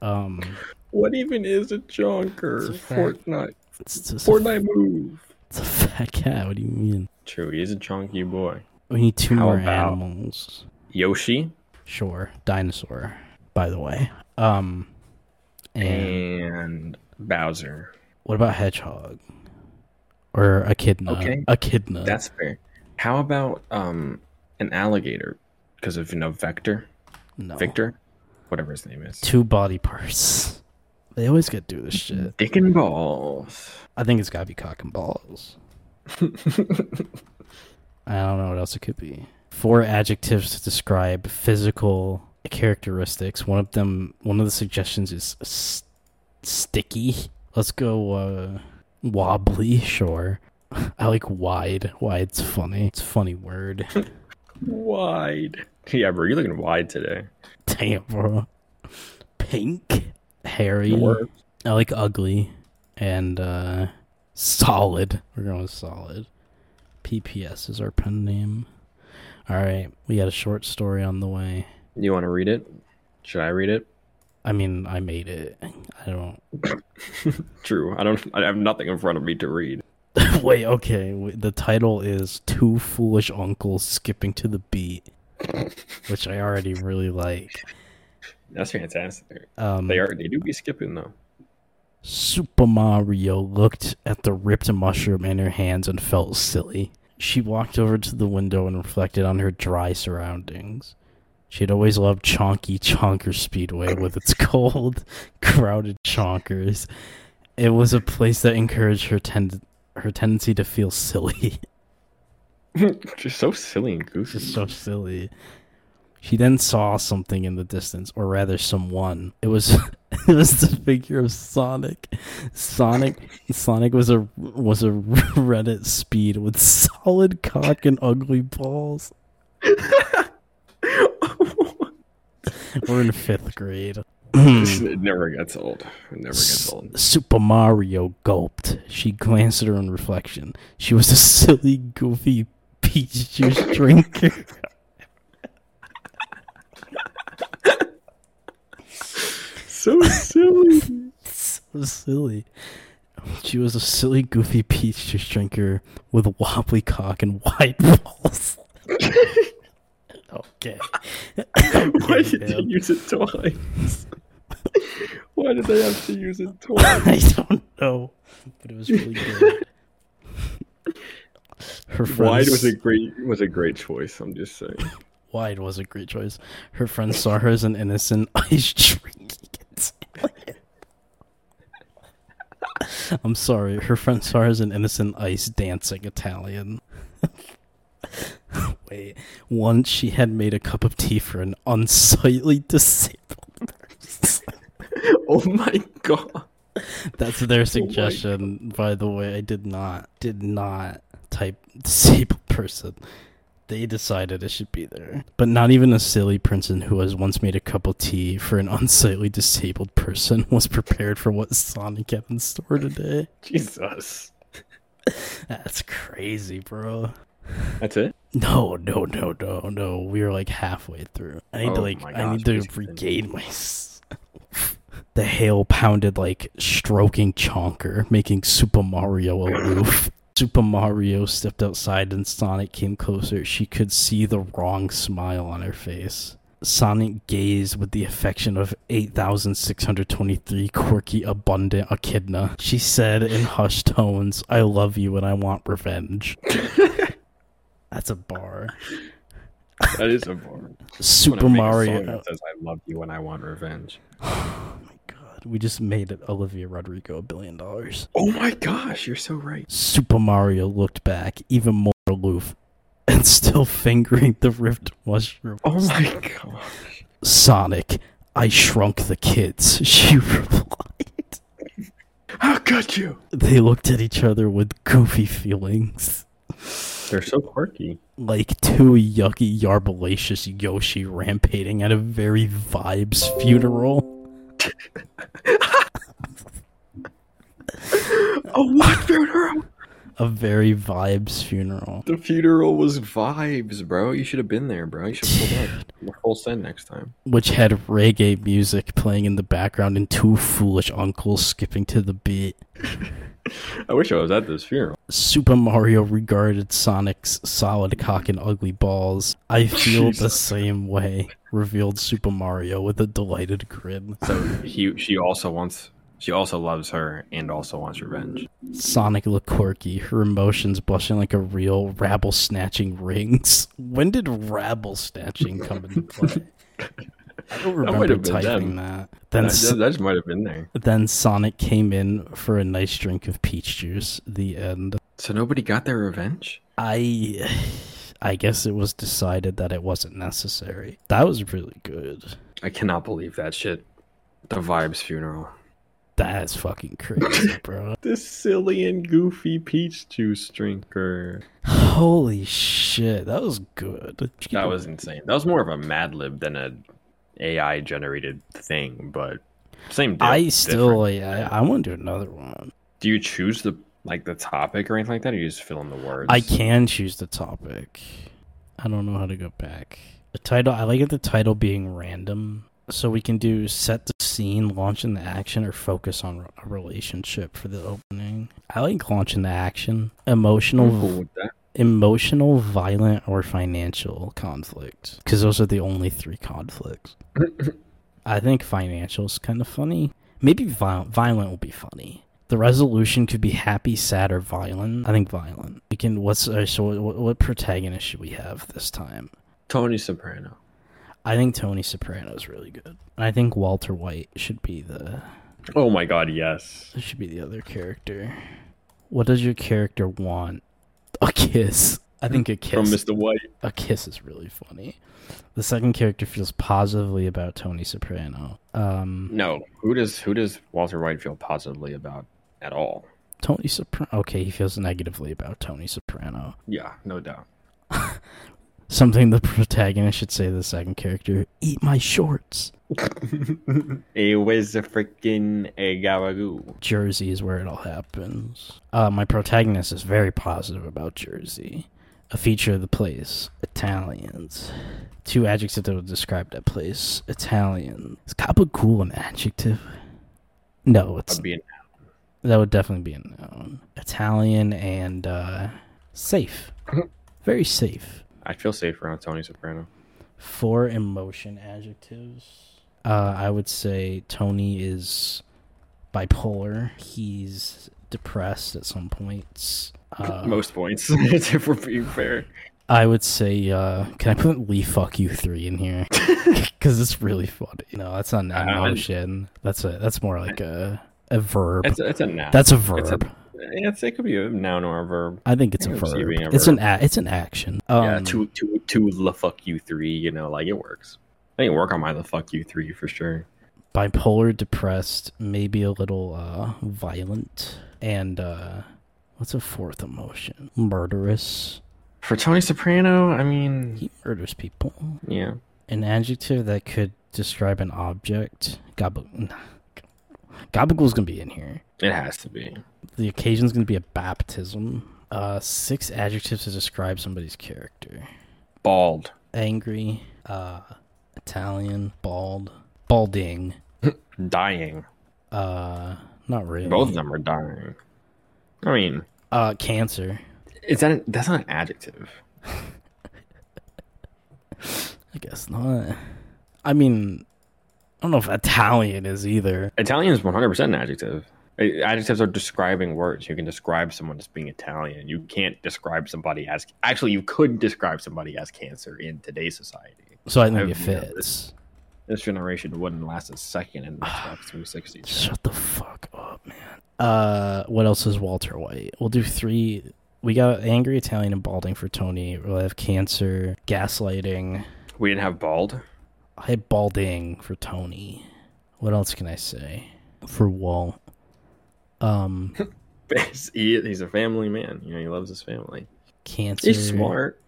S1: um,
S2: What even is a
S1: It's
S2: jonker?
S1: a fact.
S2: Fortnite.
S1: it's, it's a,
S2: Fortnite move.
S1: it's a fat cat. What do you mean?
S2: True, he's a chonky boy.
S1: We need two
S2: How
S1: more
S2: about-
S1: animals.
S2: Yoshi
S1: Sure, dinosaur. By the way, um, and
S2: and Bowser.
S1: what about hedgehog or echidna?
S2: Okay.
S1: echidna.
S2: That's fair. How about um an alligator? Because of you know Vector,
S1: no
S2: Victor, whatever his name is.
S1: two body parts. They always get to do this shit.
S2: Dick and balls.
S1: I think it's gotta be cock and balls. I don't know what else it could be. Four adjectives to describe physical characteristics. One of them, one of the suggestions is s- sticky. Let's go uh, wobbly. Sure, I like wide. Wide's funny. It's a funny word.
S2: Wide. Yeah, bro, you're looking wide today.
S1: Damn, bro. Pink, hairy.
S2: Word.
S1: I like ugly and uh solid. We're going with solid. PPS is our pen name. All right, we got a short story on the way.
S2: You want to read it? Should I read it?
S1: I mean, I made it. I don't.
S2: True. I don't. I have nothing in front of me to read.
S1: Wait, okay. wait, The title is Two Foolish Uncles Skipping to the Beat, which I already really like.
S2: That's fantastic.
S1: Um,
S2: They are. They do be skipping though.
S1: Super Mario looked at the ripped mushroom in her hands and felt silly. She walked over to the window and reflected on her dry surroundings. She had always loved Chonky Chonker Speedway with its cold, crowded chonkers. It was a place that encouraged her tend- her tendency to feel silly.
S2: She's so silly and goofy.
S1: Just so silly. She then saw something in the distance, or rather, someone. It was it was the figure of Sonic. Sonic Sonic was a was a Reddit speed with solid cock and ugly balls. We're in fifth grade.
S2: This- it never gets old. It never gets old.
S1: Super Mario gulped. She glanced at her in reflection. She was a silly, goofy peach juice drinker.
S2: So silly.
S1: so silly. She was a silly, goofy peach juice drinker with a wobbly cock and wide balls. okay.
S2: Why
S1: Okay,
S2: did
S1: man.
S2: you use it twice? Why did they have to use it twice?
S1: I don't know, but it was really good. Her friends,
S2: Wide was a great was a great choice. I'm just saying.
S1: Wide was a great choice. Her friends saw her as an innocent ice drinking alien. I'm sorry. Her friends saw her as an innocent ice dancing Italian. Wait. Once she had made a cup of tea for an unsightly disabled person.
S2: Oh my god!
S1: That's their suggestion, by the way. I did not did not type disabled person. They decided it should be there. But not even a silly person who has once made a cup of tea for an unsightly disabled person was prepared for what Sonic had in store today.
S2: Jesus,
S1: That's crazy, bro.
S2: that's it.
S1: No, no, no, no, no. We were like halfway through. I need to
S2: Oh
S1: like
S2: my
S1: I
S2: gosh,
S1: need to
S2: please continue.
S1: regain my s- The hail pounded like stroking chonker, making Super Mario aloof. Super Mario stepped outside and Sonic came closer. She could see the wrong smile on her face. Sonic gazed with the affection of 8,623 quirky, abundant echidna. She said in hushed tones, I love you and I want revenge. That's a bar.
S2: That is a bar.
S1: Super Mario.
S2: that says "I love you" and I want revenge.
S1: Oh my god, we just made it Olivia Rodrigo a billion dollars.
S2: Oh my gosh, you're so right.
S1: Super Mario looked back, even more aloof, and still fingering the ripped mushroom.
S2: Oh my gosh.
S1: Sonic, I shrunk the kids, she replied.
S2: How could you?
S1: They looked at each other with goofy feelings.
S2: They're so quirky.
S1: Like two yucky, yarbalacious Yoshi rampating at a very vibes funeral.
S2: Oh, what funeral?
S1: A very vibes funeral.
S2: The funeral was vibes, bro. You should have been there, bro. You should have pulled up. Full send next time.
S1: which had reggae music playing in the background and two foolish uncles skipping to the beat.
S2: I wish I was at this funeral.
S1: Super Mario regarded Sonic's solid cock and ugly balls. I feel the
S2: Jesus.
S1: same way, revealed Super Mario with a delighted grin.
S2: So he, she also wants, she also loves her and also wants revenge.
S1: Sonic looked quirky, her emotions blushing like a real rabble snatching rings. When did rabble snatching come into play? I don't
S2: might
S1: remember
S2: have been
S1: typing
S2: them.
S1: that.
S2: That,
S1: Then
S2: that, that just might have been there.
S1: Then Sonic came in for a nice drink of peach juice. The end.
S2: So nobody got their revenge.
S1: I, I guess it was decided that it wasn't necessary. That was really good.
S2: I cannot believe that shit. The vibes funeral.
S1: That's fucking crazy, bro.
S2: This silly and goofy peach juice drinker.
S1: Holy shit, that was good.
S2: That was insane. That was more of a Mad Lib than a AI generated thing, but same. Deal,
S1: I still,
S2: different.
S1: like, I, I want to do another one.
S2: Do you choose the like the topic or anything like that, or you just fill in the words?
S1: I can choose the topic. I don't know how to go back. The title I like it the title being random. So we can do set the scene, launch in the action, or focus on a relationship for the opening. I like launch in the action. Emotional,
S2: I'm cool with that.
S1: emotional, violent, or financial conflict. Because those are the only three conflicts. I think financial's kind of funny. Maybe violent, violent will be funny. The resolution could be happy, sad, or violent. I think violent. We can. What's uh, so? What, what protagonist should we have this time?
S2: Tony Soprano.
S1: I think Tony Soprano is really good, and I think Walter White should be the
S2: Oh my god, yes.
S1: should be the other character. What does your character want? A kiss. I think a kiss.
S2: From Mr. White.
S1: a kiss is really funny. The second character feels positively about Tony Soprano. Um,
S2: No. Who does who does Walter White feel positively about at all?
S1: Tony Soprano. Okay, he feels negatively about Tony Soprano.
S2: Yeah, no doubt.
S1: Something the protagonist should say to the second character: "Eat my shorts."
S2: It was a freaking a garagoo.
S1: Jersey is where it all happens. Uh, my protagonist is very positive about Jersey, a feature of the place. Italians. Two adjectives that would describe that place. Italian. Is Capa cool an adjective? No, it's
S2: I'd be an
S1: That would definitely be a noun. Italian and uh, safe.
S2: Mm-hmm.
S1: Very safe.
S2: I feel safe around Tony Soprano.
S1: Four emotion adjectives. Uh, I would say Tony is bipolar. He's depressed at some points. Uh,
S2: Most points, if we're being fair.
S1: I would say, uh, can I put Lee Fuck You Three in here? Because it's really funny. No, that's not an
S2: Uh,
S1: emotion. That's a that's more like a a verb.
S2: It's a, it's a noun.
S1: That's a
S2: it's a-
S1: verb.
S2: It's, it could be a noun or a verb.
S1: I think it's a
S2: Yeah, it was
S1: verb.
S2: you being a
S1: It's an
S2: verb.
S1: a- it's an action. Um,
S2: yeah, two, two, two, la fuck you three. You know, like it works. I think work on my la fuck you three for sure.
S1: bipolar, depressed, maybe a little uh, violent, and uh, what's a fourth emotion? Murderous.
S2: For Tony Soprano, I mean,
S1: He murders people.
S2: yeah,
S1: An adjective that could describe an object. Gobble. Gobble's gonna be in here.
S2: it has to be.
S1: The occasion's gonna be a baptism. Uh, six adjectives to describe somebody's character:
S2: Bald.
S1: angry, uh, Italian, bald, balding.
S2: Dying.
S1: Uh, not really.
S2: Both of them are dying. I mean,
S1: Uh, cancer.
S2: is that that's not an adjective?
S1: I guess not. I mean, I don't know if Italian is either.
S2: Italian is one hundred percent an adjective. Uh, Adjectives are describing words. You can describe someone as being Italian. You can't describe somebody as actually. You could describe somebody as cancer in today's society.
S1: So I think
S2: I've-
S1: it
S2: yeah,
S1: fits.
S2: This generation wouldn't last a second in the Xbox 360.
S1: Shut the fuck up, man. Uh, what else is Walter White? We'll do three. We got angry Italian and balding for Tony. We'll have cancer, gaslighting.
S2: We didn't have bald.
S1: I had balding for Tony. What else can I say for Walt? Um,
S2: he, he's a family man. You know, he loves his family.
S1: cancer.
S2: He's smart.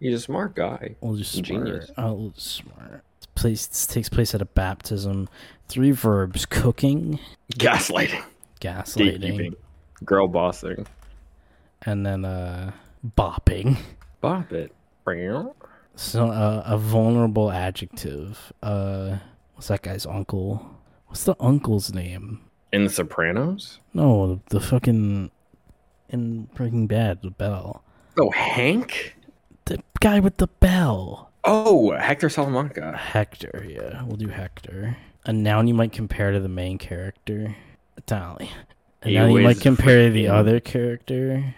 S2: He's a smart guy.
S1: Well, just smart.
S2: Genius.
S1: Oh, well, just smart. This place this takes place at a baptism. Three verbs: cooking,
S2: Gaslighting,
S1: gaslighting,
S2: gatekeeping, girl bossing.
S1: and then uh, bopping.
S2: Bop it. Bring it. on.
S1: So uh, a vulnerable adjective. Uh, what's that guy's uncle? What's the uncle's name?
S2: In The Sopranos.
S1: No, the fucking in Breaking Bad, the bell.
S2: Oh, Hank.
S1: The guy with the bell.
S2: Oh, Hector Salamanca.
S1: Hector. Yeah, we'll do Hector. A noun you might compare to the main character. Italian. A
S2: He
S1: noun you might
S2: was
S1: compare to the
S2: freaking-
S1: other character.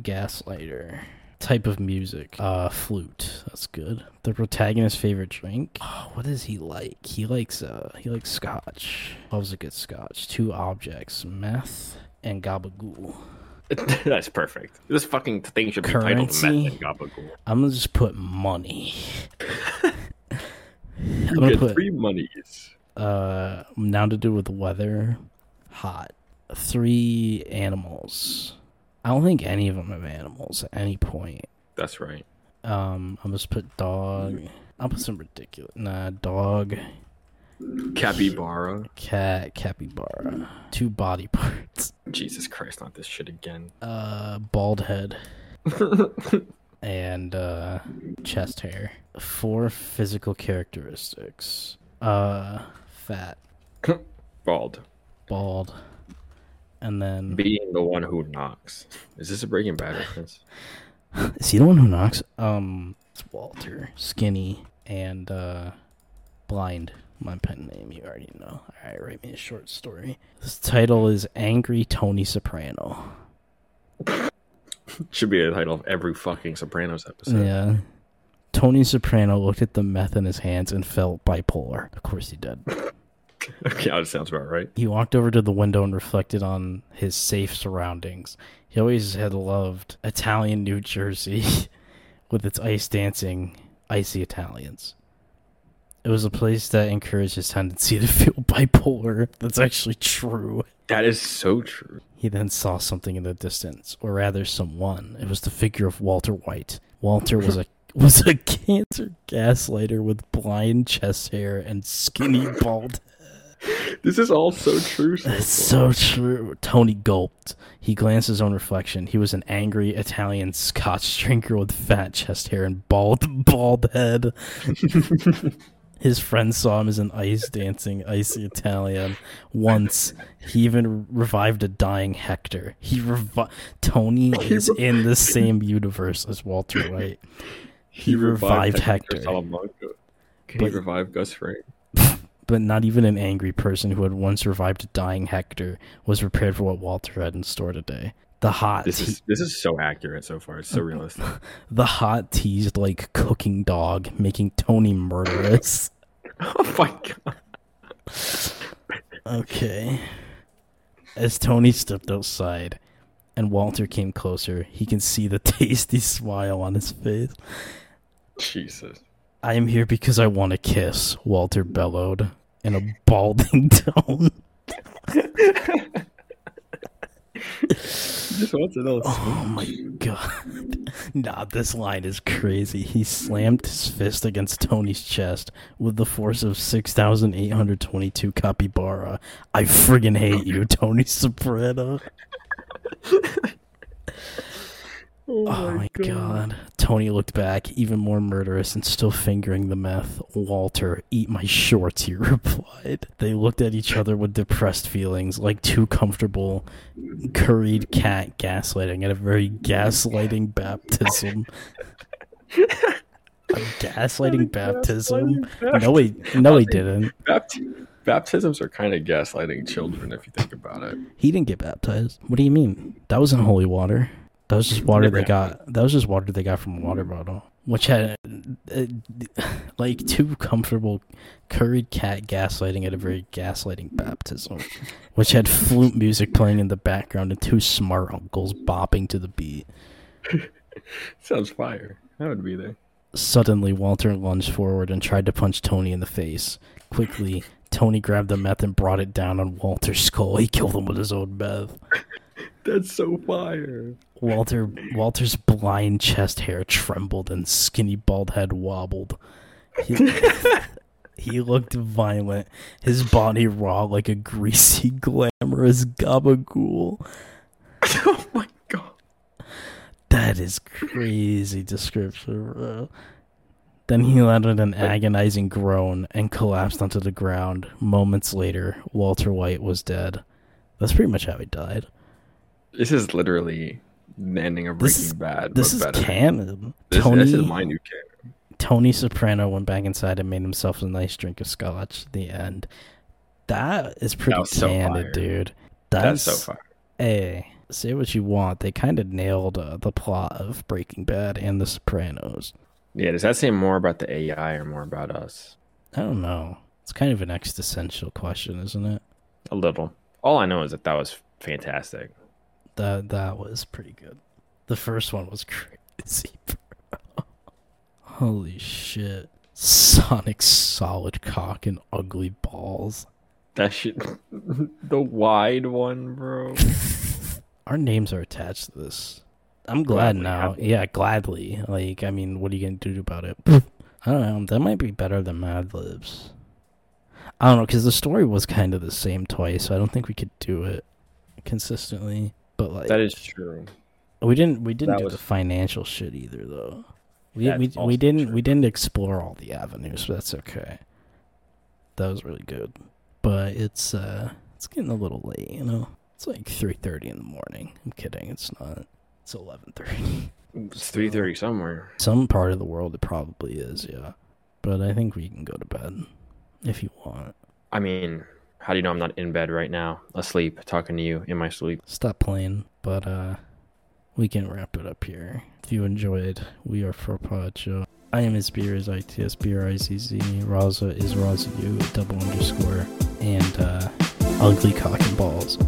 S1: Gaslighter. Type of music. Uh, flute. That's good. The protagonist's favorite drink. Oh, what is he like? He likes uh, he likes scotch. Loves a good scotch. Two objects: meth and gabagool.
S2: That's perfect. This fucking thing should be
S1: Currency.
S2: titled Meth and Gabagool.
S1: I'm gonna just put money. I'm
S2: You
S1: gonna
S2: get
S1: put
S2: three monies.
S1: uh now to do with weather hot three animals i don't think any of them have animals at any point
S2: That's right.
S1: um i'm just put dog i'll put some ridiculous nah dog
S2: Capybara.
S1: cat capybara two body parts
S2: Jesus Christ, not this shit again.
S1: uh bald head and uh chest hair four physical characteristics uh fat
S2: Bald.
S1: bald and then
S2: Being the one who knocks. Is this a Breaking Bad reference?
S1: Is he the one who knocks? Um, it's Walter, skinny, and uh, blind. My pen name, you already know. All right, write me a short story. This title is "Angry Tony Soprano."
S2: Should be the title of every fucking Sopranos episode.
S1: Yeah, Tony Soprano looked at the meth in his hands and felt bipolar. Of course, he did.
S2: Okay, that sounds about right.
S1: He walked over to the window and reflected on his safe surroundings. He always had loved Italian New Jersey with its ice dancing, icy Italians. It was a place that encouraged his tendency to feel bipolar. That's actually true.
S2: That is so true.
S1: He then saw something in the distance, or rather someone. It was the figure of Walter White. Walter was a was a cancer gaslighter with blind chest hair and skinny bald
S2: This is all so true. so
S1: That's
S2: far.
S1: so true. Tony gulped. He glanced at his own reflection. He was an angry Italian Scotch drinker with fat chest hair and bald, bald head. his friends saw him as an ice dancing, icy Italian. Once he even revived a dying Hector. He revi- Tony is in the same universe as Walter White.
S2: He
S1: revived Hector.
S2: Salamanca. Can
S1: But-
S2: he revive Gus Fring?
S1: but not even an angry person who had once revived a dying Hector was prepared for what Walter had in store today. The hot,
S2: This
S1: te-
S2: is this is so accurate so far. It's so realistic.
S1: the hot teased like cooking dog, making Tony murderous.
S2: oh my god.
S1: okay. As Tony stepped outside, and Walter came closer, he can see the tasty smile on his face.
S2: Jesus.
S1: I am here because I want a kiss, Walter bellowed in a balding tone.
S2: Just wants to know.
S1: Oh my god. Nah, this line is crazy. He slammed his fist against Tony's chest with the force of 6,822 capybara. I friggin' hate you, Tony Soprano.
S2: Oh
S1: Oh my god. Tony looked back, even more murderous and still fingering the meth. Walter, eat my shorts, he replied. They looked at each other with depressed feelings, like two comfortable, curried cat gaslighting at a very gaslighting baptism. a gaslighting baptism? No, he, no, he didn't.
S2: Bapt- baptisms are kind of gaslighting children if you think about it.
S1: He didn't get baptized. What do you mean? That wasn't holy water. That was just water
S2: Never
S1: they got. That was just water they got from a water bottle, which had uh, like two comfortable curried cat gaslighting at a very gaslighting baptism, which had flute music playing in the background and two smart uncles bopping to the beat.
S2: Sounds fire. I would be there.
S1: Suddenly, Walter lunged forward and tried to punch Tony in the face. Quickly, Tony grabbed the meth and brought it down on Walter's skull. He killed him with his own meth.
S2: That's so fire.
S1: Walter Walter's blind chest hair trembled and skinny bald head wobbled. He, he looked violent, his body raw like a greasy, glamorous gabagool.
S2: oh my god.
S1: That is crazy description, bro. Then he let out an agonizing groan and collapsed onto the ground. Moments later, Walter White was dead. That's pretty much how he died.
S2: This is literally the ending of
S1: This
S2: Breaking
S1: is-
S2: Bad.
S1: This
S2: but
S1: is
S2: better.
S1: canon.
S2: This,
S1: Tony,
S2: this is my new canon.
S1: Tony Soprano went back inside and made himself a nice drink of scotch at the end. That is pretty
S2: was so
S1: candid,
S2: fire.
S1: dude.
S2: That's
S1: That's,
S2: so fire.
S1: Hey, say what you want. They kind of nailed uh, the plot of Breaking Bad and The Sopranos.
S2: Yeah, does that say more about the AI or more about us?
S1: I don't know. It's kind of an existential question, isn't it?
S2: A little. All I know is that that was fantastic.
S1: That that was pretty good. The first one was crazy. bro. Holy shit. Sonic solid cock and ugly balls.
S2: That shit, the wide one, bro.
S1: our names are attached to this. I'm glad
S2: Gladly,
S1: now.
S2: happily.
S1: Yeah, gladly. Like, I mean, what are you gonna do about it? I don't know. That might be better than Mad Libs. I don't know because the story was kind of the same twice, so I don't think we could do it consistently. But like,
S2: That is true.
S1: we didn't we didn't
S2: that
S1: do
S2: was-
S1: the financial shit either though. We
S2: That's
S1: we,
S2: also
S1: we didn't
S2: true.
S1: we didn't explore all the avenues, but that's okay. That was really good, but it's uh it's getting a little late, you know. It's like three thirty in the morning. I'm kidding. It's not. It's eleven thirty.
S2: It's three thirty somewhere.
S1: Some part of the world it probably is, yeah. But I think we can go to bed if you want.
S2: I mean, how do you know I'm not in bed right now, asleep, talking to you in my sleep?
S1: stop playing, but uh we can wrap it up here. If you enjoyed, we are for Show. I am as beer is ITS beer IZZ. Raza is Raza U double underscore and uh ugly cock and balls.